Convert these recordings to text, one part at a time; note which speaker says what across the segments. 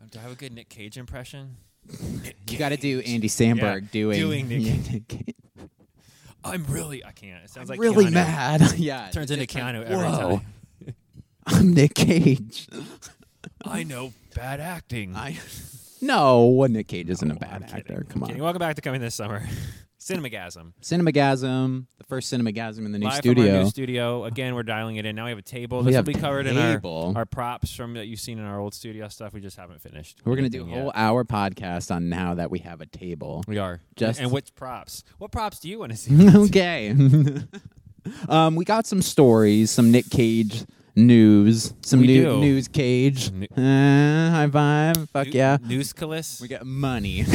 Speaker 1: Um, Do I have a good Nick Cage impression?
Speaker 2: You got to do Andy Samberg doing
Speaker 1: doing Nick
Speaker 2: Cage.
Speaker 1: I'm really. I can't. It sounds like
Speaker 2: really
Speaker 1: Keanu.
Speaker 2: mad. yeah,
Speaker 1: Turns
Speaker 2: it's
Speaker 1: into
Speaker 2: just like,
Speaker 1: Keanu every
Speaker 2: Whoa,
Speaker 1: time.
Speaker 2: I'm Nick Cage.
Speaker 1: I know bad acting.
Speaker 2: I no, Nick Cage isn't a
Speaker 1: Oh,
Speaker 2: bad
Speaker 1: I'm kidding.
Speaker 2: actor.
Speaker 1: I'm
Speaker 2: Come
Speaker 1: kidding.
Speaker 2: on,
Speaker 1: Welcome back to coming this summer. Cinemagasm.
Speaker 2: Cinemagasm, the first Cinemagasm in the new
Speaker 1: Live
Speaker 2: studio.
Speaker 1: From our new studio. Again, we're dialing it in. Now we have a table.
Speaker 2: We
Speaker 1: This will
Speaker 2: have
Speaker 1: be covered in
Speaker 2: table.
Speaker 1: our, our props from that you've seen in our old studio stuff. We just haven't finished.
Speaker 2: We're gonna do a
Speaker 1: anything
Speaker 2: whole
Speaker 1: yet.
Speaker 2: hour podcast on now that we have a table.
Speaker 1: We are
Speaker 2: Just-
Speaker 1: and which props? What props do you want to see?
Speaker 2: okay. um, we got some stories, some Nick Cage news, some
Speaker 1: We
Speaker 2: new
Speaker 1: do.
Speaker 2: news cage.
Speaker 1: New-
Speaker 2: Uh, high five! Fuck
Speaker 1: Nu-
Speaker 2: yeah!
Speaker 1: Newscalis.
Speaker 2: We got money.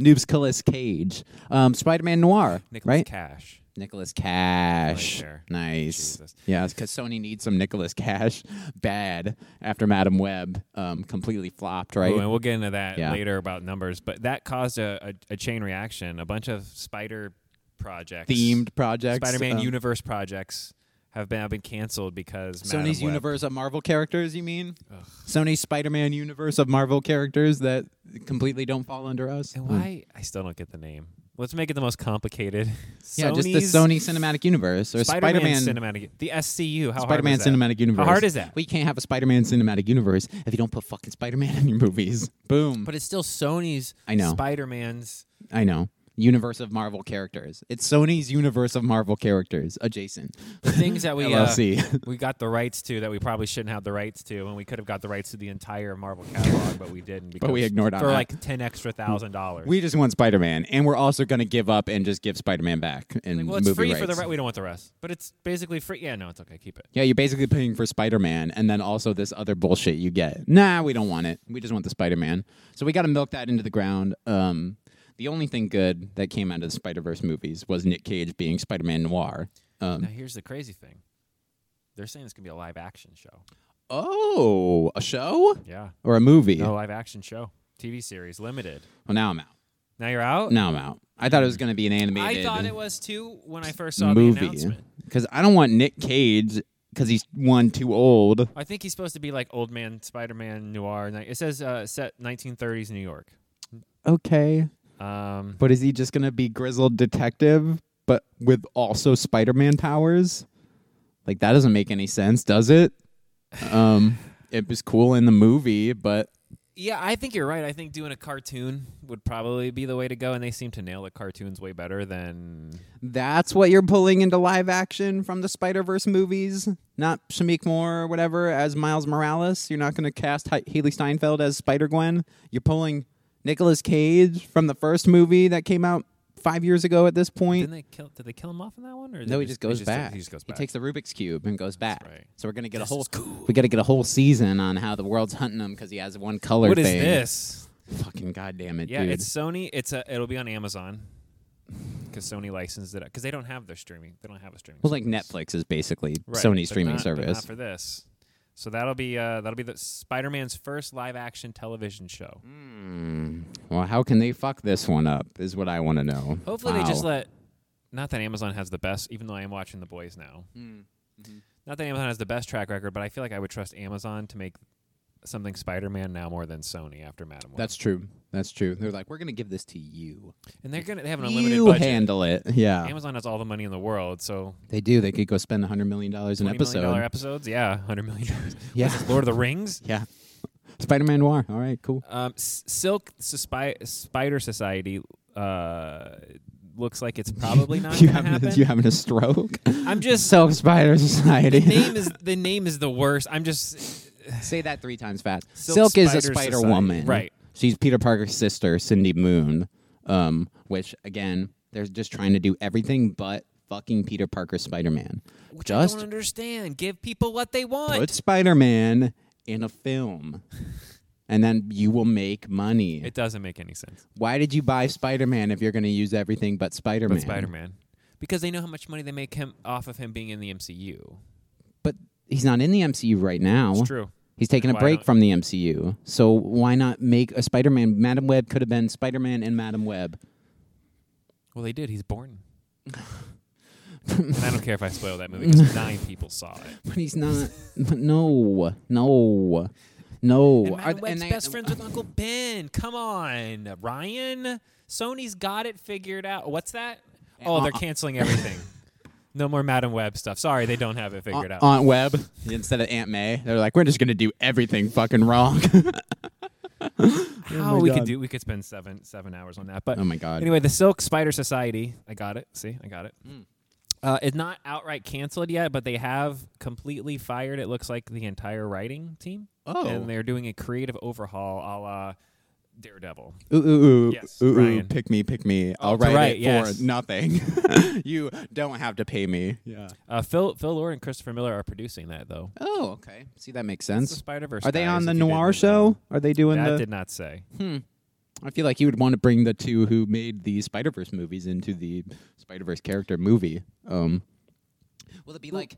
Speaker 2: Noobs Cullis Cage, um, Spider-Man Noir,
Speaker 1: Nicholas
Speaker 2: right?
Speaker 1: Cash.
Speaker 2: Nicholas Cash,
Speaker 1: Right there.
Speaker 2: nice.
Speaker 1: Jesus.
Speaker 2: Yeah, because Sony needs some Nicholas Cash bad after Madam Web um, completely flopped, right?
Speaker 1: Ooh, and we'll get into that
Speaker 2: Yeah.
Speaker 1: later about numbers, but that caused a, a, a chain reaction. A bunch of spider projects,
Speaker 2: Themed projects.
Speaker 1: Spider-Man
Speaker 2: um,
Speaker 1: universe projects have been have been canceled because Madam
Speaker 2: Sony's
Speaker 1: Web-
Speaker 2: universe of Marvel characters, you mean?
Speaker 1: Ugh.
Speaker 2: Sony's Spider-Man universe of Marvel characters that completely don't fall under us. Hmm.
Speaker 1: And why I still don't get the name. Let's make it the most complicated.
Speaker 2: Yeah, just the
Speaker 1: Sony's
Speaker 2: Sony Cinematic Universe or
Speaker 1: Spider-Man,
Speaker 2: Spider-Man
Speaker 1: cinematic, the SCU. How
Speaker 2: Spider-Man
Speaker 1: hard is that?
Speaker 2: Cinematic Universe.
Speaker 1: How hard is that?
Speaker 2: We can't have a Spider-Man Cinematic Universe if you don't put fucking Spider-Man in your movies. Boom.
Speaker 1: but it's still Sony's.
Speaker 2: I know.
Speaker 1: Spider-Man's.
Speaker 2: I know. Universe of Marvel characters. It's Sony's universe of Marvel characters adjacent.
Speaker 1: The things that we uh,
Speaker 2: LLC.
Speaker 1: we got the rights to that we probably shouldn't have the rights to, and we could have got the rights to the entire Marvel catalog, but we didn't. Because
Speaker 2: we ignored on
Speaker 1: for
Speaker 2: that.
Speaker 1: like ten extra thousand dollars.
Speaker 2: we just want Spider-Man, and we're also going to give up and just give Spider-Man back and
Speaker 1: well, it's
Speaker 2: movie
Speaker 1: free for
Speaker 2: rights.
Speaker 1: the re- we don't want the rest, but it's basically free. Yeah, no, it's okay. Keep it.
Speaker 2: Yeah, you're basically paying for Spider Man and then also this other bullshit you get. Nah, we don't want it. We just want the Spider Man. So we got to milk that into the ground. Um, the only thing good that came out of the Spider Verse movies was Nick Cage being Spider Man noir.
Speaker 1: Now
Speaker 2: Um,
Speaker 1: here's the crazy thing. They're saying it's gonna be a live action show.
Speaker 2: oh, a show
Speaker 1: Yeah,
Speaker 2: or a movie?
Speaker 1: no live action show, TV series, limited.
Speaker 2: Well, now I'm out.
Speaker 1: Now you're out.
Speaker 2: Now I'm out. I thought it was going to be an
Speaker 1: I
Speaker 2: animated
Speaker 1: thought it was too when I first saw the
Speaker 2: movie
Speaker 1: announcement.
Speaker 2: because I don't want Nick Cage because he's one too old.
Speaker 1: I think he's supposed to be like old man Spider-Man noir. and It says uh, set 1930s New York.
Speaker 2: Okay,
Speaker 1: Um,
Speaker 2: but is he just going to be grizzled detective but with also spider-man powers like that doesn't make any sense does it um it was cool in the movie but
Speaker 1: Yeah, I think you're right. I think doing a cartoon would probably be the way to go, and they seem to nail the cartoons way better than.
Speaker 2: that's what you're pulling into live action from the spider-verse movies not shamik moore or whatever as miles morales you're not going to cast Hi- haley steinfeld as spider-gwen you're pulling Nicolas cage from the first movie that came out five years ago at this point
Speaker 1: Didn't they kill? Did they kill him off in that one? Or
Speaker 2: No,
Speaker 1: they
Speaker 2: he just goes
Speaker 1: they
Speaker 2: back.
Speaker 1: He just goes back.
Speaker 2: takes the Rubik's cube and goes back.
Speaker 1: right.
Speaker 2: So we're gonna get
Speaker 1: This
Speaker 2: a whole
Speaker 1: is cool.
Speaker 2: we gotta get a whole season on how the world's hunting him because he has one color.
Speaker 1: What is
Speaker 2: thing.
Speaker 1: this?
Speaker 2: Fucking goddamn it,
Speaker 1: Yeah,
Speaker 2: dude!
Speaker 1: it's Sony. It's a. It'll be on Amazon because Sony licensed it because they don't have their streaming. They don't have a streaming.
Speaker 2: well, like
Speaker 1: service.
Speaker 2: Netflix is basically
Speaker 1: Right,
Speaker 2: Sony
Speaker 1: but
Speaker 2: streaming
Speaker 1: not- but
Speaker 2: service.
Speaker 1: not for this. So that'll be uh, that'll be the Spider-Man's first live-action television show.
Speaker 2: Hmm. Well, how can they fuck this one up? Is what I want to know.
Speaker 1: Hopefully, they just
Speaker 2: Wow.
Speaker 1: let. Not that Amazon has the best, even though I am watching The Boys now.
Speaker 2: Mm, mhm.
Speaker 1: Not that Amazon has the best track record, but I feel like I would trust Amazon to make something Spider-Man now more than Sony after Madam Web.
Speaker 2: That's true. That's true. They're like, we're gonna give this to you.
Speaker 1: and they're gonna they have an unlimited
Speaker 2: You
Speaker 1: budget.
Speaker 2: handle it. Yeah,
Speaker 1: Amazon has all the money in the world, so
Speaker 2: they do. They could go spend hundred million dollars an
Speaker 1: $20 million
Speaker 2: episode.
Speaker 1: dollar episodes, yeah, hundred million dollars.
Speaker 2: Yeah.
Speaker 1: What's this, Lord of the Rings.
Speaker 2: yeah. Spider-Man Noir. All right, cool.
Speaker 1: Um, S- Silk Spy- Spider Society uh, looks like it's probably not
Speaker 2: you
Speaker 1: gonna
Speaker 2: having
Speaker 1: happen.
Speaker 2: you having a stroke?
Speaker 1: I'm just
Speaker 2: Silk Spider Society.
Speaker 1: name is the name is the worst. I'm just
Speaker 2: Say that three times fast.
Speaker 1: Silk
Speaker 2: Silk, is a
Speaker 1: Spider
Speaker 2: Spider
Speaker 1: Society.
Speaker 2: Woman,
Speaker 1: Right.
Speaker 2: She's Peter Parker's sister, Cindy Moon. Um, which again, they're just trying to do everything but fucking Peter Parker Spider Man.
Speaker 1: which I
Speaker 2: Just
Speaker 1: don't understand. Give people what they want.
Speaker 2: put Spider Man in a film, and then you will make money.
Speaker 1: It doesn't make any sense.
Speaker 2: Why did you buy Spider Man if you're going to use everything but Spider Man?
Speaker 1: But Spider Man, because they know how much money they make him off of him being in the MCU.
Speaker 2: But he's not in the MCU right now.
Speaker 1: It's true.
Speaker 2: He's taking a
Speaker 1: Why
Speaker 2: break
Speaker 1: not?
Speaker 2: from the MCU. So why not make a Spider-Man? Madam Web could have been Spider-Man and Madam Web.
Speaker 1: Well, they did. He's born. and I don't care if I spoil that movie because nine people saw it.
Speaker 2: But he's not. but no, no, No,
Speaker 1: And
Speaker 2: Are-
Speaker 1: Madam Web's
Speaker 2: and I- uh,
Speaker 1: best friends with Uncle Ben. Come on, Ryan. Sony's got it figured out. What's that? Oh,
Speaker 2: uh-uh.
Speaker 1: they're canceling everything. no more Madam Web stuff. Sorry, they don't have it figured out.
Speaker 2: Aunt Web instead of Aunt May. They're like, we're just gonna do everything fucking wrong.
Speaker 1: How
Speaker 2: Oh my
Speaker 1: we
Speaker 2: God.
Speaker 1: could do? We could spend seven seven hours on that. But
Speaker 2: oh my god. Hmm.
Speaker 1: Anyway, the Silk Spider Society. I got it. See, I got it. Uh, it's not outright canceled yet, but they have completely fired. It looks like the entire writing team,
Speaker 2: Oh.
Speaker 1: and they're doing a creative overhaul, a la Daredevil.
Speaker 2: ooh, ooh, ooh,
Speaker 1: Yes,
Speaker 2: ooh, ooh,
Speaker 1: Ryan.
Speaker 2: pick me, pick me. I'll
Speaker 1: to
Speaker 2: write
Speaker 1: write,
Speaker 2: it
Speaker 1: yes.
Speaker 2: for nothing. you don't have to pay me. Yeah.
Speaker 1: Uh, Phil Phil Lord and Christopher Miller are producing that though.
Speaker 2: Oh, okay. See, that makes
Speaker 1: It's the
Speaker 2: sense.
Speaker 1: Spider Verse.
Speaker 2: Are they on the Noir show? Are they doing
Speaker 1: That
Speaker 2: the?
Speaker 1: did not say.
Speaker 2: I feel like you would want to bring the two who made the Spider Verse movies into the Spider Verse character movie. Um, Will it be like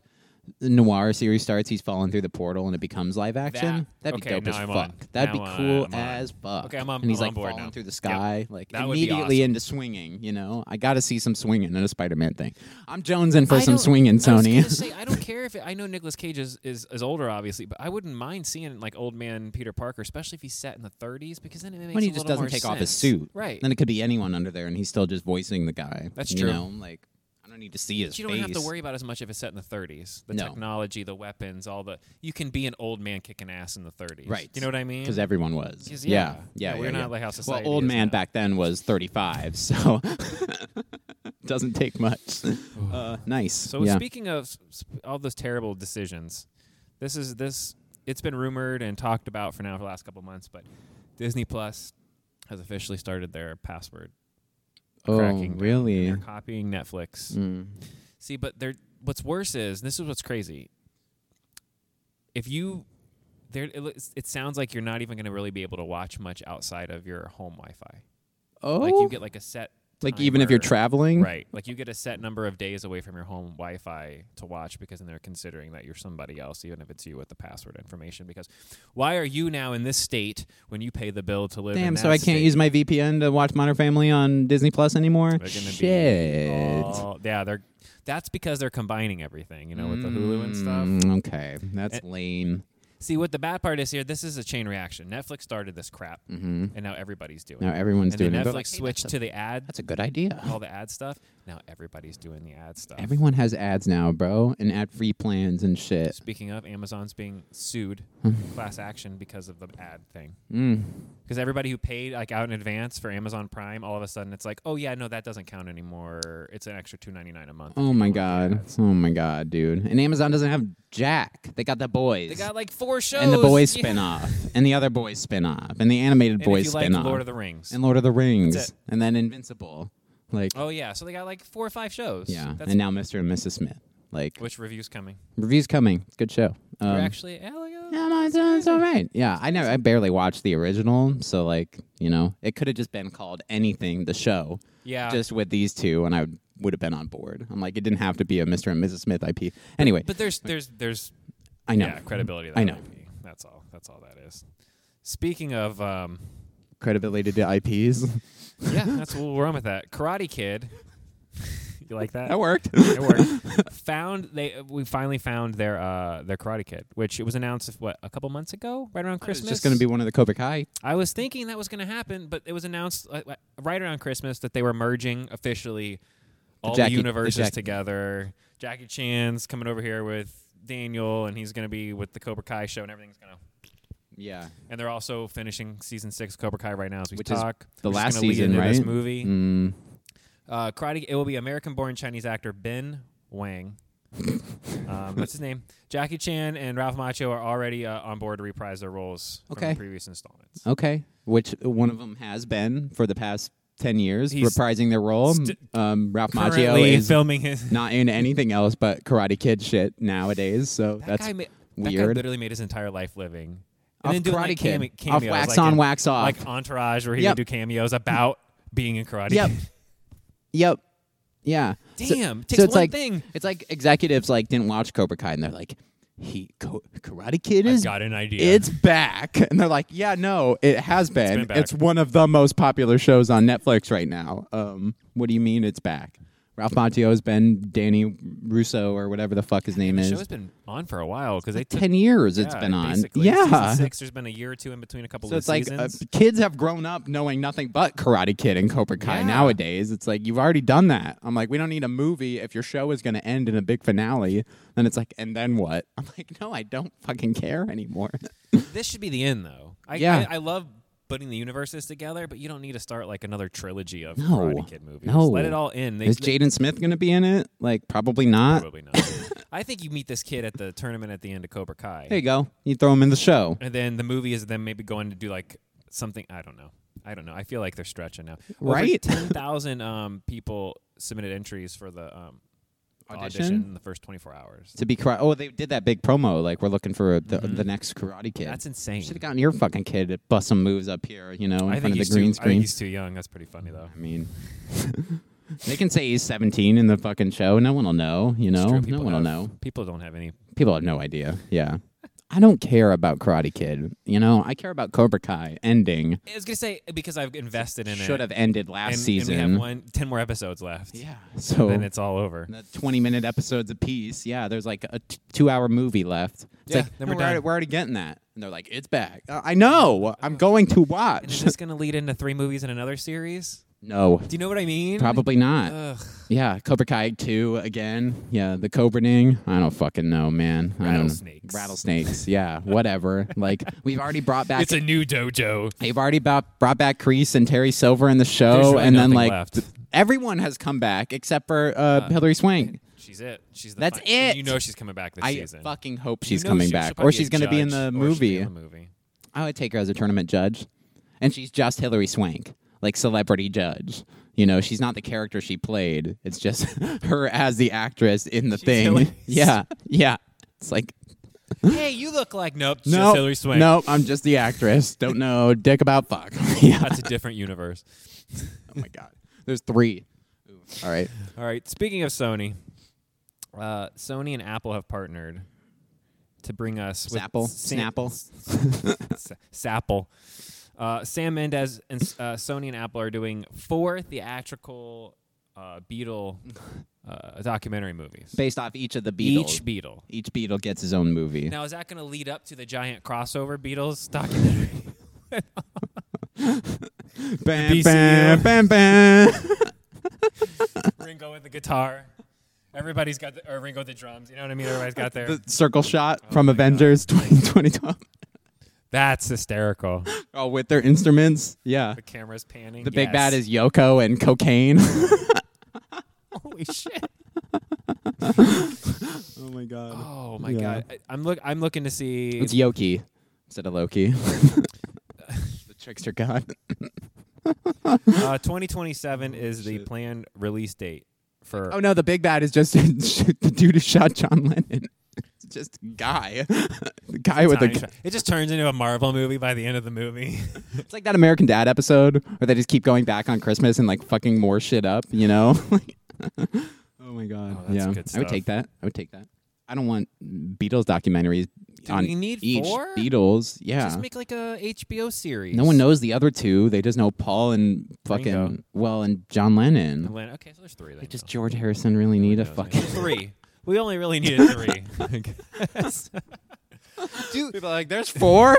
Speaker 2: the noir series starts? He's falling through the portal and it becomes live action. That, would be
Speaker 1: okay,
Speaker 2: dope
Speaker 1: now
Speaker 2: as
Speaker 1: I'm
Speaker 2: fuck.
Speaker 1: on. Now
Speaker 2: That'd be cool
Speaker 1: I'm on.
Speaker 2: as fuck.
Speaker 1: Okay, I'm on-
Speaker 2: And he's
Speaker 1: I'm
Speaker 2: like
Speaker 1: on board
Speaker 2: falling
Speaker 1: now.
Speaker 2: through the sky, like
Speaker 1: That would be
Speaker 2: immediately
Speaker 1: awesome.
Speaker 2: into swinging. You know, I gotta see some swinging in a Spider Man thing. I'm jonesing for
Speaker 1: I
Speaker 2: some
Speaker 1: don't- I
Speaker 2: swinging,
Speaker 1: was
Speaker 2: Sony.
Speaker 1: gonna say, I don't care if it, I know Nicolas Cage is, is is older, obviously, but I wouldn't mind seeing like old man Peter Parker, especially if he's set in the 30s, because then it makes
Speaker 2: when he
Speaker 1: a
Speaker 2: just
Speaker 1: little
Speaker 2: doesn't
Speaker 1: more
Speaker 2: take off his
Speaker 1: sense.
Speaker 2: suit,
Speaker 1: right?
Speaker 2: Then it could be anyone under there, and he's still just voicing the guy.
Speaker 1: That's
Speaker 2: you
Speaker 1: true.
Speaker 2: Know? Like, I don't need to see his
Speaker 1: you don't
Speaker 2: face.
Speaker 1: have to worry about as much if it's set in the 30s. The
Speaker 2: No.
Speaker 1: technology, the weapons, all the you can be an old man kicking ass in the 30s.
Speaker 2: Right.
Speaker 1: You know what I mean?
Speaker 2: because everyone was.
Speaker 1: 'Cause,
Speaker 2: yeah,
Speaker 1: yeah.
Speaker 2: yeah.
Speaker 1: Yeah, we're
Speaker 2: yeah,
Speaker 1: not
Speaker 2: yeah.
Speaker 1: like how
Speaker 2: Well,
Speaker 1: society
Speaker 2: old
Speaker 1: is
Speaker 2: man
Speaker 1: now.
Speaker 2: back then was thirty-five, so doesn't take much. Uh, nice.
Speaker 1: So
Speaker 2: yeah.
Speaker 1: speaking of s- s- all those terrible decisions, this is this. It's been rumored and talked about for now for the last couple of months, but Disney Plus has officially started their password
Speaker 2: oh,
Speaker 1: cracking. down, and
Speaker 2: really?
Speaker 1: They're copying Netflix.
Speaker 2: Mm.
Speaker 1: See, but they're what's worse is this is what's crazy. If you there, it, looks- it sounds like you're not even going to really be able to watch much outside of your home Wi-Fi.
Speaker 2: Oh,
Speaker 1: Like you get like a set.
Speaker 2: like even if you're
Speaker 1: timer-
Speaker 2: traveling,
Speaker 1: Right. Like you get a set number of days away from your home Wi Fi to watch because then they're considering that you're somebody else, even if it's you with the password information. Because why are you now in this state when you pay the bill to live in
Speaker 2: Damn,
Speaker 1: that
Speaker 2: so I can't
Speaker 1: state?
Speaker 2: use my VPN to watch Modern Family on Disney Plus anymore.
Speaker 1: They're gonna be
Speaker 2: Shit.
Speaker 1: all- yeah, they're that's because they're combining everything, you know, with the Hulu and stuff.
Speaker 2: Mm, Okay, that's lame.
Speaker 1: See, what the bad part is here, this is a chain reaction. Netflix started this crap and now everybody's doing
Speaker 2: Mm. Mm-hmm. Now
Speaker 1: it.
Speaker 2: everyone's
Speaker 1: And
Speaker 2: doing
Speaker 1: then
Speaker 2: it.
Speaker 1: Netflix
Speaker 2: but like, hey,
Speaker 1: switched
Speaker 2: that's
Speaker 1: to the ad,
Speaker 2: That's a good idea.
Speaker 1: all the ad stuff. Now everybody's doing the ad stuff.
Speaker 2: Everyone has ads now, bro, and ad-free plans and shit.
Speaker 1: Speaking of, Amazon's being sued,
Speaker 2: Hmm.
Speaker 1: class action because of the ad thing.
Speaker 2: Mm.
Speaker 1: Because everybody who paid like out in advance for Amazon Prime, all of a sudden it's like, oh yeah, no, that doesn't count anymore. It's an extra two ninety nine a month. if
Speaker 2: Oh
Speaker 1: you
Speaker 2: my
Speaker 1: want the
Speaker 2: god.
Speaker 1: ads."
Speaker 2: Oh my god, dude. And Amazon doesn't have Jack. They got the boys.
Speaker 1: They got like four shows.
Speaker 2: and the boys
Speaker 1: Yeah.
Speaker 2: spin-off, and the other boys spin-off, and the animated
Speaker 1: And
Speaker 2: boys
Speaker 1: if you like
Speaker 2: spin-off,
Speaker 1: Lord of the Rings.
Speaker 2: and Lord of the Rings,
Speaker 1: That's it.
Speaker 2: and then Invincible. Like,
Speaker 1: oh yeah, so they got like four or five shows.
Speaker 2: yeah.
Speaker 1: That's
Speaker 2: And now Mr. and Mrs. Smith. Like,
Speaker 1: which reviews coming?
Speaker 2: reviews coming. It's a good show. Um,
Speaker 1: You're actually yeah, uh, look at-
Speaker 2: Yeah, no, it's, it's all right. Yeah, I never, I barely watched the original, so like, you know, it could have just been called anything, the show,
Speaker 1: yeah.
Speaker 2: just with these two, and I would have been on board. I'm like, it didn't have to be a Mr. and Mrs. Smith IP. Anyway,
Speaker 1: but there's there's there's
Speaker 2: I know
Speaker 1: yeah credibility. That
Speaker 2: I know.
Speaker 1: might be. That's all. That's all that is. Speaking of um,
Speaker 2: credibility to IPs.
Speaker 1: yeah, that's what we're on with that Karate Kid. you like that?
Speaker 2: that worked.
Speaker 1: it worked. found they we finally found their uh their Karate Kid, which it was announced if, what a couple months ago, right around
Speaker 2: It's
Speaker 1: Christmas.
Speaker 2: just going to be one of the Cobra Kai.
Speaker 1: I was thinking that was going to happen, but it was announced uh, uh, right around Christmas that they were merging officially all
Speaker 2: Jackie-
Speaker 1: the
Speaker 2: the
Speaker 1: universes
Speaker 2: Jackie-
Speaker 1: together. Jackie Chan's coming over here with Daniel, and he's going to be with the Cobra Kai show, and everything's going to.
Speaker 2: Yeah.
Speaker 1: And they're also finishing season six of Cobra Kai right now as we
Speaker 2: Which is
Speaker 1: talk.
Speaker 2: the
Speaker 1: which
Speaker 2: last
Speaker 1: gonna lead
Speaker 2: season,
Speaker 1: into This
Speaker 2: right?
Speaker 1: movie,
Speaker 2: Mm.
Speaker 1: uh, karate. It will be American-born Chinese actor Ben Wang. um, what's his name? Jackie Chan and Ralph Macchio are already uh, on board to reprise their roles from
Speaker 2: Okay. Uh,
Speaker 1: the previous installments.
Speaker 2: Okay. Which one of them has been for the past ten years,
Speaker 1: He's
Speaker 2: reprising their role.
Speaker 1: st-
Speaker 2: um, Ralph Macchio
Speaker 1: Currently
Speaker 2: is
Speaker 1: filming his.
Speaker 2: not in anything else but Karate Kid shit nowadays. So
Speaker 1: That
Speaker 2: that's
Speaker 1: guy ma- That guy
Speaker 2: weird.
Speaker 1: literally made his entire life living.
Speaker 2: Off
Speaker 1: then doing
Speaker 2: Karate
Speaker 1: like
Speaker 2: Kid.
Speaker 1: came-
Speaker 2: off
Speaker 1: cameos,
Speaker 2: wax
Speaker 1: like
Speaker 2: on,
Speaker 1: in-
Speaker 2: wax off.
Speaker 1: Like Entourage, where he
Speaker 2: Yep.
Speaker 1: would do cameos about being in karate.
Speaker 2: Yep. yep. Yeah. So-
Speaker 1: Damn.
Speaker 2: So,
Speaker 1: takes
Speaker 2: it's
Speaker 1: one
Speaker 2: like
Speaker 1: thing.
Speaker 2: it's like executives like didn't watch Cobra Kai and they're like, he co- Karate Kid
Speaker 1: I've
Speaker 2: is
Speaker 1: got an idea.
Speaker 2: it's back, and they're like, yeah, no, it has been. It's,
Speaker 1: back.
Speaker 2: one of the most popular shows on Netflix right now. Um, what do you mean it's back? Ralph Macchio has been Danny Russo or whatever the fuck his name
Speaker 1: The
Speaker 2: is.
Speaker 1: show has been on for a while because they took,
Speaker 2: Ten years it's
Speaker 1: yeah,
Speaker 2: been on.
Speaker 1: basically,
Speaker 2: Yeah.
Speaker 1: season six. There's been a year or two in between a couple
Speaker 2: So
Speaker 1: of
Speaker 2: it's like uh,
Speaker 1: seasons.
Speaker 2: kids have grown up knowing nothing but Karate Kid and Cobra Kai
Speaker 1: Yeah.
Speaker 2: nowadays. It's like you've already done that. I'm like, we don't need a movie if your show is going to end in a big finale. Then it's like, and then what? I'm like, no, I don't fucking care anymore.
Speaker 1: this should be the end, though. I,
Speaker 2: Yeah.
Speaker 1: I, I love putting the universes together, but you don't need to start like another trilogy of
Speaker 2: No.
Speaker 1: Karate Kid movies.
Speaker 2: No.
Speaker 1: Let it all in. They,
Speaker 2: is
Speaker 1: they-
Speaker 2: Jaden Smith going to be in it? Like, probably not.
Speaker 1: probably not. I think you meet this kid at the tournament at the end of Cobra Kai,
Speaker 2: There you go. You throw him in the show.
Speaker 1: and then the movie is them maybe going to do like something. I don't know. I don't know. I feel like they're stretching now.
Speaker 2: Right?
Speaker 1: Ten thousand um, people submitted entries for the um, audition?
Speaker 2: Audition?
Speaker 1: in the first twenty four hours.
Speaker 2: To be karate. Oh, they did that big promo. Like, we're looking for the, the next Karate Kid.
Speaker 1: Mm-hmm. That's insane.
Speaker 2: Should have gotten your fucking kid to bust some moves up here, you know, in
Speaker 1: I think
Speaker 2: front of the
Speaker 1: he's
Speaker 2: green
Speaker 1: too. I
Speaker 2: screen.
Speaker 1: think he's too young. That's pretty funny though.
Speaker 2: I mean, they can say he's 17 in the fucking show. No one will know, you
Speaker 1: It's
Speaker 2: know?
Speaker 1: true,
Speaker 2: No
Speaker 1: people
Speaker 2: one
Speaker 1: have-
Speaker 2: will know.
Speaker 1: People don't have any.
Speaker 2: People have no idea. Yeah. I don't care about Karate Kid. You know, I care about Cobra Kai ending.
Speaker 1: I was gonna say because I've invested in it.
Speaker 2: Should have ended last
Speaker 1: and,
Speaker 2: season.
Speaker 1: And we have one, ten more episodes left.
Speaker 2: yeah. So
Speaker 1: Then it's all over.
Speaker 2: the 20 minute episodes apiece. Yeah. There's like a t- two hour movie left. It's
Speaker 1: Yeah,
Speaker 2: like,
Speaker 1: then
Speaker 2: no,
Speaker 1: we're
Speaker 2: we're, already,
Speaker 1: done.
Speaker 2: we're already getting that. And they're like, it's back. Uh, I know. I'm going to
Speaker 1: And is
Speaker 2: watch.
Speaker 1: this gonna lead into three movies and another series?
Speaker 2: no.
Speaker 1: Do you know what I mean?
Speaker 2: Probably not.
Speaker 1: Ugh.
Speaker 2: Yeah, Cobra Kai 2 again. Yeah, the Cobraning. I don't fucking know, man. I don't know.
Speaker 1: Rattlesnakes.
Speaker 2: Rattlesnakes. Yeah, whatever. like we've already brought back
Speaker 1: It's a new dojo.
Speaker 2: they've already brought, brought back Crease and Terry Silver in the show
Speaker 1: There's really
Speaker 2: and then
Speaker 1: nothing
Speaker 2: like
Speaker 1: left.
Speaker 2: th- everyone has come back except for uh, Hillary Swank.
Speaker 1: She's it. She's the
Speaker 2: That's
Speaker 1: fi- and You
Speaker 2: it.
Speaker 1: know she's coming back this
Speaker 2: I
Speaker 1: season.
Speaker 2: fucking hope
Speaker 1: You
Speaker 2: she's
Speaker 1: know
Speaker 2: coming
Speaker 1: she-
Speaker 2: back
Speaker 1: she'll
Speaker 2: or
Speaker 1: probably
Speaker 2: she's
Speaker 1: a
Speaker 2: going to be in the
Speaker 1: judge, or she'll be
Speaker 2: movie.
Speaker 1: in the movie.
Speaker 2: I would take her as a tournament judge. And she's just Hillary Swank, like celebrity judge. You know, she's not the character she played. It's just her as the actress in the thing.
Speaker 1: Hillary.
Speaker 2: Yeah. Yeah. It's like
Speaker 1: hey, you look like nope. it's
Speaker 2: no,
Speaker 1: just Hillary Swank.
Speaker 2: no, I'm just the actress. Don't know dick about fuck. yeah.
Speaker 1: That's a different universe.
Speaker 2: Oh my god. There's three. All right.
Speaker 1: All right. Speaking of Sony, uh, Sony and Apple have partnered to bring us with
Speaker 2: Zapple? Snapple?
Speaker 1: S- Sapple. Uh, Sam Mendes and s- uh, Sony and Apple are doing four theatrical uh, Beatle uh, documentary movies.
Speaker 2: Based off each of the Beatles.
Speaker 1: Each Beatle.
Speaker 2: Each Beatle gets his own movie.
Speaker 1: Now, is that going to lead up to the giant crossover Beatles documentary?
Speaker 2: Bam,
Speaker 1: BCU.
Speaker 2: bam, bam, bam.
Speaker 1: Ringo with the guitar. Everybody's got the, or Ringo with the drums. You know what I mean? Everybody's got their.
Speaker 2: The circle shot from Avengers 2012.
Speaker 1: That's hysterical.
Speaker 2: Oh, with their instruments. Yeah.
Speaker 1: The camera's panning.
Speaker 2: The big
Speaker 1: Yes.
Speaker 2: bad is Yoko and cocaine. oh
Speaker 1: holy shit.
Speaker 2: my god.
Speaker 1: Oh my
Speaker 2: Yeah.
Speaker 1: god! I, I'm look. I'm looking to see.
Speaker 2: It's Yoki instead of Loki. the trickster god.
Speaker 1: Uh, 2027 is the
Speaker 2: Oh, shit.
Speaker 1: planned release date for.
Speaker 2: Oh no, the big bad is just the dude who shot John Lennon. It's just guy. the guy with
Speaker 1: Time
Speaker 2: the
Speaker 1: Tra- It just turns into a Marvel movie by the end of the movie.
Speaker 2: It's like that American Dad episode where they just keep going back on Christmas and like fucking more shit up, you know? oh my god.
Speaker 1: Oh, that's good
Speaker 2: yeah. I would
Speaker 1: stuff.
Speaker 2: take that. I would take that. I don't want Beatles documentaries
Speaker 1: Do
Speaker 2: on
Speaker 1: we need
Speaker 2: each
Speaker 1: four?
Speaker 2: Beatles. Yeah.
Speaker 1: Just make like a HBO series.
Speaker 2: No one knows the other two. They just know Paul and fucking
Speaker 1: Ringo.
Speaker 2: well and John Lennon.
Speaker 1: Atlanta- Okay, so there's three. Then
Speaker 2: Like, does
Speaker 1: now.
Speaker 2: George Harrison really need a
Speaker 1: Who knows, man?
Speaker 2: fucking?
Speaker 1: three. We only really needed three. I guess.
Speaker 2: Dude, people are like there's four.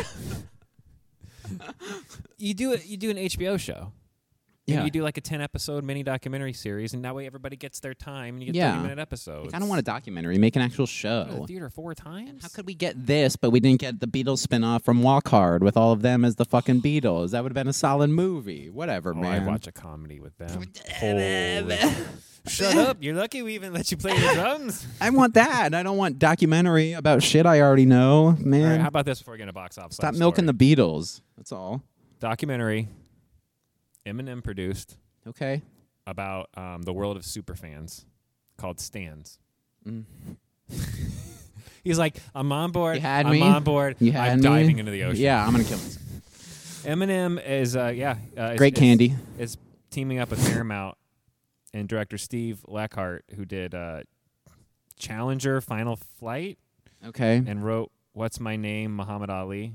Speaker 1: you do it. You do an HBO show.
Speaker 2: yeah.
Speaker 1: And you do like a ten episode mini documentary series, and that way everybody gets their time, and you get
Speaker 2: Yeah.
Speaker 1: thirty minute episodes.
Speaker 2: Like, I don't want a documentary. Make an actual
Speaker 1: Go to the
Speaker 2: show.
Speaker 1: theater four times.
Speaker 2: How could we get this, but we didn't get the Beatles spinoff from Walk Hard with all of them as the fucking Beatles? That would have been a solid movie. Whatever,
Speaker 1: Oh,
Speaker 2: man.
Speaker 1: I'd watch a comedy with them. Holy. Shut up. You're lucky we even let you play the drums.
Speaker 2: I want that. I don't want documentary about shit I already know,
Speaker 1: All right,
Speaker 2: man.
Speaker 1: how about this before we get into box office?
Speaker 2: Stop milking the Beatles. That's all.
Speaker 1: documentary Eminem produced
Speaker 2: Okay.
Speaker 1: about um, the world of superfans called Stans.
Speaker 2: Mm.
Speaker 1: He's like, I'm on board.
Speaker 2: You had
Speaker 1: I'm
Speaker 2: me.
Speaker 1: on board.
Speaker 2: You
Speaker 1: I'm
Speaker 2: had me.
Speaker 1: diving into the ocean.
Speaker 2: Yeah, I'm gonna kill myself.
Speaker 1: Eminem is, uh, yeah, uh, is-
Speaker 2: Great
Speaker 1: is-
Speaker 2: candy.
Speaker 1: Is, teaming up with Paramount and director Steve Lackhart, who did uh, Challenger, Final Flight,
Speaker 2: Okay. And
Speaker 1: and wrote What's My Name, Muhammad Ali.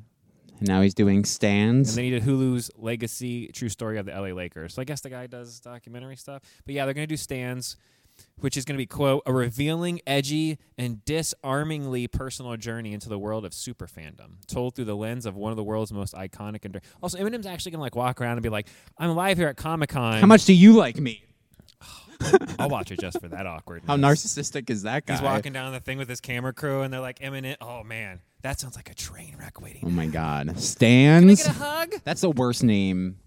Speaker 2: now he's doing
Speaker 1: And
Speaker 2: stands.
Speaker 1: then he did Hulu's Legacy True Story of the LA Lakers. So I guess the guy does documentary stuff. But yeah, they're going to do stands. which is going to be quote a revealing, edgy, and disarmingly personal journey into the world of super fandom, told through the lens of one of the world's most iconic and also Eminem's actually going to like walk around and be like, "I'm live here at Comic Con.
Speaker 2: How much do you like me?
Speaker 1: I'll watch it just for that awkwardness."
Speaker 2: How narcissistic is that guy?
Speaker 1: He's walking down the thing with his camera crew, and they're like, "Eminem, oh man, that sounds like a train wreck waiting."
Speaker 2: Oh my god,
Speaker 1: Can I
Speaker 2: Stans.
Speaker 1: get a hug?
Speaker 2: That's the worst name.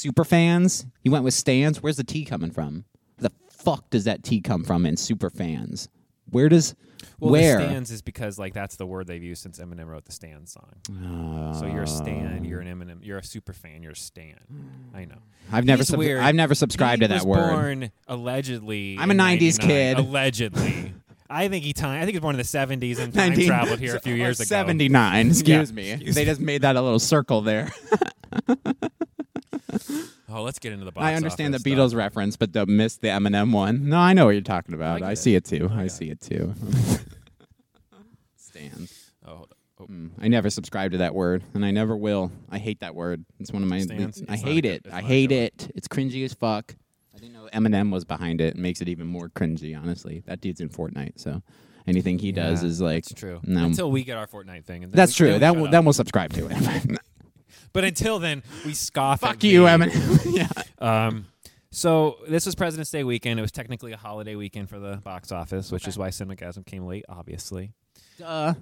Speaker 2: Superfans. He went with Stans. Where's the T coming from? The fuck does that T come from in Superfans? Where does
Speaker 1: Well,
Speaker 2: where?
Speaker 1: the stands is because like that's the word they've used since Eminem wrote the Stan song. so you're a Stan, you're an Eminem, you're a super fan, you're a Stan. I know.
Speaker 2: I've Mm. never
Speaker 1: He's
Speaker 2: sub-
Speaker 1: weird.
Speaker 2: I've never subscribed
Speaker 1: He
Speaker 2: to that
Speaker 1: was
Speaker 2: word.
Speaker 1: Born allegedly.
Speaker 2: I'm a
Speaker 1: in
Speaker 2: 90s
Speaker 1: 99.
Speaker 2: kid.
Speaker 1: Allegedly, I think he time. I think he was born in the 70s and time
Speaker 2: 19
Speaker 1: traveled here a few
Speaker 2: or
Speaker 1: years ago.
Speaker 2: 79. Excuse me.
Speaker 1: excuse
Speaker 2: they just made that a little circle there.
Speaker 1: Oh, let's get into the box.
Speaker 2: I understand the
Speaker 1: office
Speaker 2: Beatles
Speaker 1: stuff.
Speaker 2: reference, but the missed the Eminem one. No, I know what you're talking about.
Speaker 1: get
Speaker 2: I,
Speaker 1: it.
Speaker 2: see it too. I
Speaker 1: yeah.
Speaker 2: see it too. Stan.
Speaker 1: Oh, hold on. Oh,
Speaker 2: Mm, I never subscribed to that word, and I never will. I hate that word. It's one of my.
Speaker 1: Stans?
Speaker 2: I
Speaker 1: It's not
Speaker 2: hate
Speaker 1: a good-
Speaker 2: it.
Speaker 1: it's
Speaker 2: I
Speaker 1: not a
Speaker 2: hate
Speaker 1: good one.
Speaker 2: it. It's cringy as fuck. I didn't know Eminem was behind it. It makes it even more cringy. Honestly, that dude's in Fortnite, so anything he does
Speaker 1: Yeah,
Speaker 2: is like
Speaker 1: it's true.
Speaker 2: No,
Speaker 1: Until we get our Fortnite thing. And then
Speaker 2: that's
Speaker 1: we- then we
Speaker 2: true. That
Speaker 1: shut
Speaker 2: will,
Speaker 1: up.
Speaker 2: that will subscribe to it.
Speaker 1: But until then, we scoff.
Speaker 2: fuck
Speaker 1: at
Speaker 2: you,
Speaker 1: the-
Speaker 2: Eminem. yeah.
Speaker 1: Um, so this was President's Day weekend. It was technically a holiday weekend for the box office, which is why Cinemagasm came late, obviously.
Speaker 2: Duh.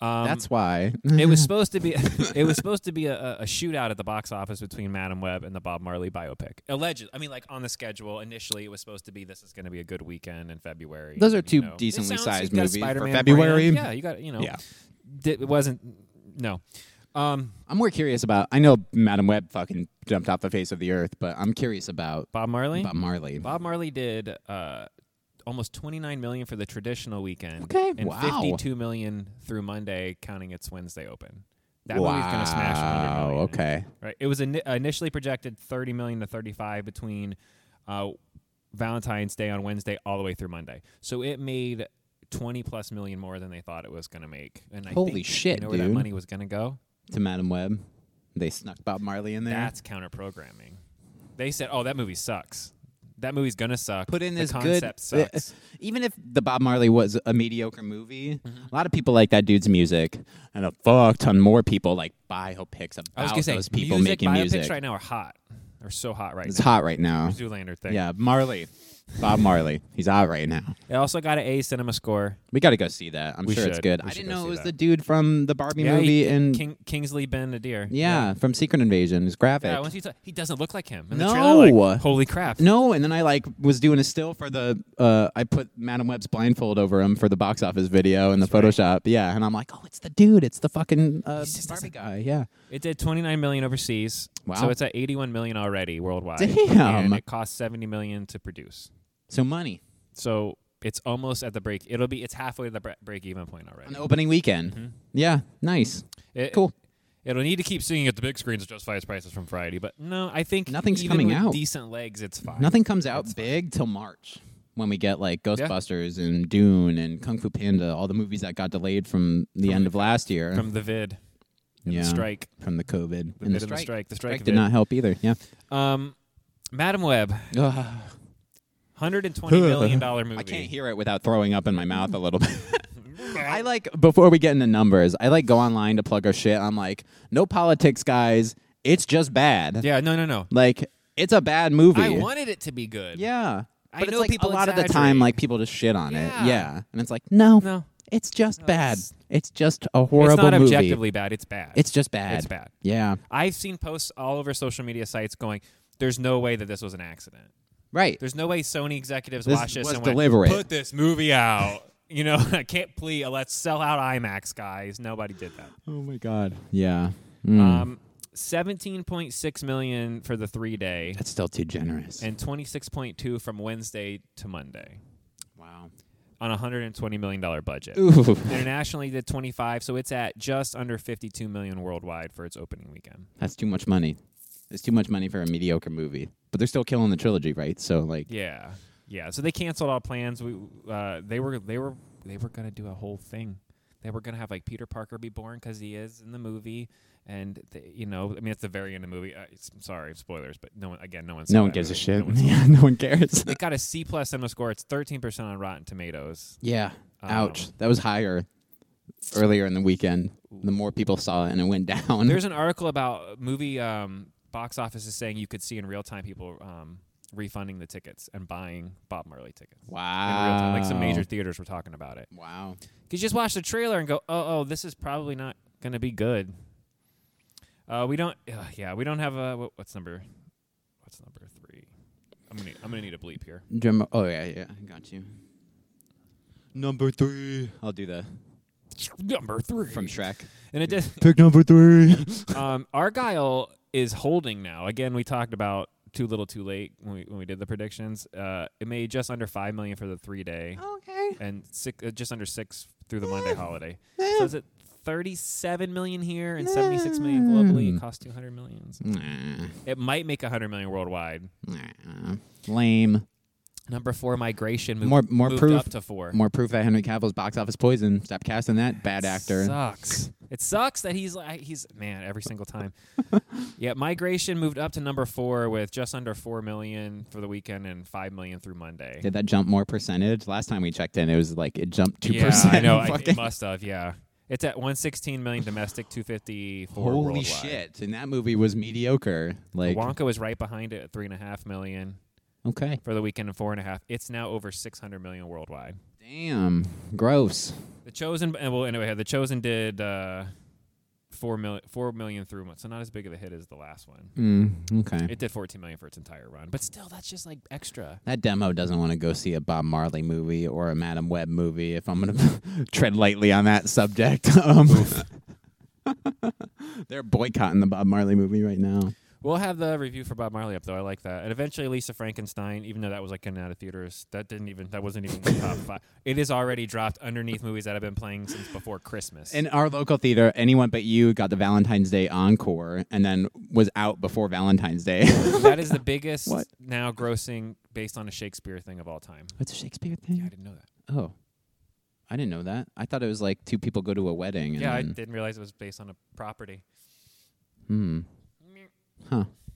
Speaker 1: Um,
Speaker 2: that's why.
Speaker 1: it was supposed to be it was supposed to be a, a- a shootout at the box office between Madam Web and the Bob Marley biopic. Alleged, I mean, like on the schedule initially, it was supposed to be this is going to be a good weekend in February.
Speaker 2: Those are
Speaker 1: and, you
Speaker 2: two
Speaker 1: know, it
Speaker 2: decently
Speaker 1: sounds-
Speaker 2: sized
Speaker 1: you got a
Speaker 2: movies for
Speaker 1: Spider-Man
Speaker 2: February.
Speaker 1: brand. Yeah, you got you know.
Speaker 2: Yeah.
Speaker 1: Di- it wasn't no. Um,
Speaker 2: I'm more curious about. I know Madam Web fucking jumped off the face of the earth, but I'm curious about
Speaker 1: Bob Marley.
Speaker 2: about Marley.
Speaker 1: Bob Marley did uh, almost 29 million for the traditional weekend.
Speaker 2: Okay,
Speaker 1: and
Speaker 2: wow.
Speaker 1: 52 million through Monday, counting its Wednesday open. That movie's gonna smash 100
Speaker 2: Wow.
Speaker 1: million.
Speaker 2: Okay.
Speaker 1: right? It was ini initially projected 30 million to 35 between uh, Valentine's Day on Wednesday all the way through Monday. So it made 20 plus million more than they thought it was going to make. And I
Speaker 2: Holy
Speaker 1: think,
Speaker 2: shit,
Speaker 1: you know where that
Speaker 2: dude.
Speaker 1: money was going to go?
Speaker 2: to Madam Web. They snuck Bob Marley in there.
Speaker 1: That's counter programming. They said, "Oh, that movie sucks. That movie's going to suck.
Speaker 2: Put in
Speaker 1: the
Speaker 2: this good-
Speaker 1: concept sucks."
Speaker 2: Even if the Bob Marley was a mediocre movie,
Speaker 1: Mm-hmm.
Speaker 2: a lot of people like that dude's music, and a fuck ton more people like biopics about
Speaker 1: I was gonna say
Speaker 2: those people
Speaker 1: music,
Speaker 2: making
Speaker 1: biopics
Speaker 2: music.
Speaker 1: right now are hot. They're so hot right
Speaker 2: it's
Speaker 1: now.
Speaker 2: hot right now.
Speaker 1: Zoolander thing.
Speaker 2: Yeah, Marley, Bob Marley, he's hot right now.
Speaker 1: It also got an A cinema score.
Speaker 2: We got to go see that. I'm
Speaker 1: We
Speaker 2: sure it's
Speaker 1: should.
Speaker 2: good.
Speaker 1: We
Speaker 2: I
Speaker 1: should
Speaker 2: didn't
Speaker 1: go
Speaker 2: know
Speaker 1: see
Speaker 2: it was
Speaker 1: that.
Speaker 2: the dude from the Barbie
Speaker 1: Yeah, he-
Speaker 2: movie and
Speaker 1: King, Kingsley Ben Adir.
Speaker 2: Mm. yeah, from Secret Invasion. It's graphic.
Speaker 1: Yeah, once you t- he doesn't look like him. In
Speaker 2: No.
Speaker 1: the trailer, like, holy crap.
Speaker 2: No, and then I like was doing a still for the uh, I put Madam Web's blindfold over him for the box office video and the
Speaker 1: That's
Speaker 2: Photoshop. Yeah, and I'm like, oh, it's the dude, it's the fucking uh,
Speaker 1: He's just
Speaker 2: Barbie
Speaker 1: doesn't-
Speaker 2: guy. Yeah,
Speaker 1: It did 29 million overseas.
Speaker 2: Wow.
Speaker 1: So it's at 81 million already worldwide.
Speaker 2: Damn.
Speaker 1: And it costs 70 million to produce.
Speaker 2: so money
Speaker 1: So it's almost at the break. It'll be it's halfway to the bre- break even point
Speaker 2: on
Speaker 1: already.
Speaker 2: the opening weekend.
Speaker 1: Mhm.
Speaker 2: Yeah, nice,
Speaker 1: It-
Speaker 2: cool.
Speaker 1: It'll need to keep seeing at the big screens to justify its prices from Friday, but no, I think
Speaker 2: Nothing's
Speaker 1: even
Speaker 2: coming
Speaker 1: with
Speaker 2: out.
Speaker 1: Decent legs, it's fine.
Speaker 2: Nothing comes out
Speaker 1: That's fine.
Speaker 2: big till March when we get like Ghostbusters and Dune and Kung Fu Panda, all the movies that got delayed from the
Speaker 1: From
Speaker 2: end
Speaker 1: the-
Speaker 2: of last year
Speaker 1: from the vid, and
Speaker 2: yeah,
Speaker 1: the strike,
Speaker 2: from the COVID
Speaker 1: the
Speaker 2: and the
Speaker 1: vid and the
Speaker 2: strike.
Speaker 1: strike, the strike,
Speaker 2: Strike did not help either. Yeah.
Speaker 1: vid. Um, Madam Web,
Speaker 2: Ugh.
Speaker 1: 120 million dollar movie.
Speaker 2: I can't hear it without throwing up in my mouth a little bit. I like before we get into numbers, I like go online to plug our shit. I'm like, no politics, guys. It's just bad.
Speaker 1: Yeah, no, no, no.
Speaker 2: Like it's a bad movie.
Speaker 1: I wanted it to be good.
Speaker 2: yeah.
Speaker 1: I
Speaker 2: but it's
Speaker 1: know
Speaker 2: like
Speaker 1: people
Speaker 2: a lot of the time,
Speaker 1: exaggerate.
Speaker 2: like people just shit on
Speaker 1: Yeah.
Speaker 2: it. Yeah, and it's like, no,
Speaker 1: No,
Speaker 2: it's just
Speaker 1: No,
Speaker 2: bad.
Speaker 1: it's-
Speaker 2: It's just a horrible
Speaker 1: it's not
Speaker 2: movie.
Speaker 1: objectively bad. It's bad.
Speaker 2: It's just bad.
Speaker 1: It's bad.
Speaker 2: Yeah,
Speaker 1: I've seen posts all over social media sites going, "There's no way that this was an accident.
Speaker 2: right.
Speaker 1: There's no way Sony executives
Speaker 2: This
Speaker 1: watched this
Speaker 2: was
Speaker 1: and went,
Speaker 2: deliberate."
Speaker 1: put this movie out." you know, I can't plea. Let's sell out IMAX, guys. Nobody did that.
Speaker 2: Oh my god. Yeah. Mm.
Speaker 1: Um, seventeen point six million for the three day,
Speaker 2: That's still too generous.
Speaker 1: and twenty six point two from Wednesday to Monday
Speaker 2: wow.
Speaker 1: on a hundred and twenty million dollar budget.
Speaker 2: Ooh.
Speaker 1: Internationally did 25, so it's at just under 52 million worldwide for its opening weekend.
Speaker 2: That's too much money. It's too much money for a mediocre movie. But they're still killing the trilogy, right? So like,
Speaker 1: Yeah, yeah. So they canceled all plans. We uh, they were they were they were gonna do a whole thing. They were gonna have like Peter Parker be born because he is in the movie, And they, you know, I mean, at the very end of the movie, I, it's- I'm sorry, spoilers, but no one again, no one. saw
Speaker 2: No one
Speaker 1: that
Speaker 2: gives a
Speaker 1: movie.
Speaker 2: shit.
Speaker 1: No one saw
Speaker 2: yeah, no one cares.
Speaker 1: it got a C plus cinema score. It's thirteen percent on Rotten Tomatoes.
Speaker 2: yeah.
Speaker 1: Um,
Speaker 2: Ouch. That was higher earlier in the weekend. The more people saw it and it went down.
Speaker 1: There's an article about uh, movie um, box offices saying you could see in real time people um, refunding the tickets and buying Bob Marley tickets. In real
Speaker 2: wow.
Speaker 1: time. Like some major theaters were talking about it.
Speaker 2: Wow.
Speaker 1: Because you just watch the trailer and go, oh, oh, this is probably not going to be good. Uh, we don't, uh, yeah, we don't have a what, what's number, what's number three? I'm gonna, I'm gonna need a bleep here.
Speaker 2: Drum- oh yeah, yeah, I got you. Number three. I'll do the
Speaker 1: Number three
Speaker 2: from Shrek.
Speaker 1: and it did.
Speaker 2: Pick number three.
Speaker 1: Um, Argyle is holding now. Again, we talked about too little, too late when we when we did the predictions. Uh, it made just under five million for the three day,
Speaker 2: okay.
Speaker 1: and six, uh, just under six through the Monday holiday. So is it thirty seven million here and seventy six million
Speaker 2: Hmm.
Speaker 1: globally? It cost two hundred million.
Speaker 2: Nah,
Speaker 1: It might make hundred million worldwide.
Speaker 2: nah. Lame.
Speaker 1: Number four, migration moved,
Speaker 2: More- more
Speaker 1: moved
Speaker 2: proof.
Speaker 1: up to four.
Speaker 2: More proof that Henry Cavill's box office poison. Stop casting that bad actor.
Speaker 1: Sucks. it sucks that he's like he's man every single time. yeah, migration moved up to number four with just under four million for the weekend and five million through Monday.
Speaker 2: Did that jump more percentage? Last time we checked in, it was like it jumped two
Speaker 1: yeah,
Speaker 2: percent.
Speaker 1: I know. I, it must have. Yeah, it's at one sixteen million domestic, two fifty four
Speaker 2: Holy
Speaker 1: worldwide.
Speaker 2: shit! And that movie was mediocre. Like
Speaker 1: Wonka was right behind it at three and a half million
Speaker 2: okay,
Speaker 1: for the weekend and four and a half. It's now over six hundred million worldwide.
Speaker 2: damn, gross.
Speaker 1: The chosen, and well, anyway, the chosen did uh, four million, four million through month, so not as big of a hit as the last one.
Speaker 2: Mm, okay.
Speaker 1: It did 14 million for its entire run, but still, that's just like extra.
Speaker 2: That demo doesn't want to go see a Bob Marley movie or a Madam Web movie. If I'm gonna tread lightly on that subject, um, they're boycotting the Bob Marley movie right now.
Speaker 1: We'll have the review for Bob Marley up though. I like that. And eventually, Lisa Frankenstein, even though that was like coming out of theaters, that didn't even that wasn't even in the top five. It is already dropped underneath movies that have been playing since before Christmas.
Speaker 2: In our local theater, anyone but you got the Valentine's Day encore, and then was out before Valentine's Day.
Speaker 1: that is the biggest
Speaker 2: What?
Speaker 1: now grossing based on a Shakespeare thing of all time.
Speaker 2: What's a Shakespeare
Speaker 1: Yeah, I
Speaker 2: thing?
Speaker 1: didn't know that.
Speaker 2: Oh, I didn't know that. I thought it was like two people go to a wedding. And
Speaker 1: Yeah, I
Speaker 2: then-
Speaker 1: didn't realize it was based on a property.
Speaker 2: Hmm. Huh.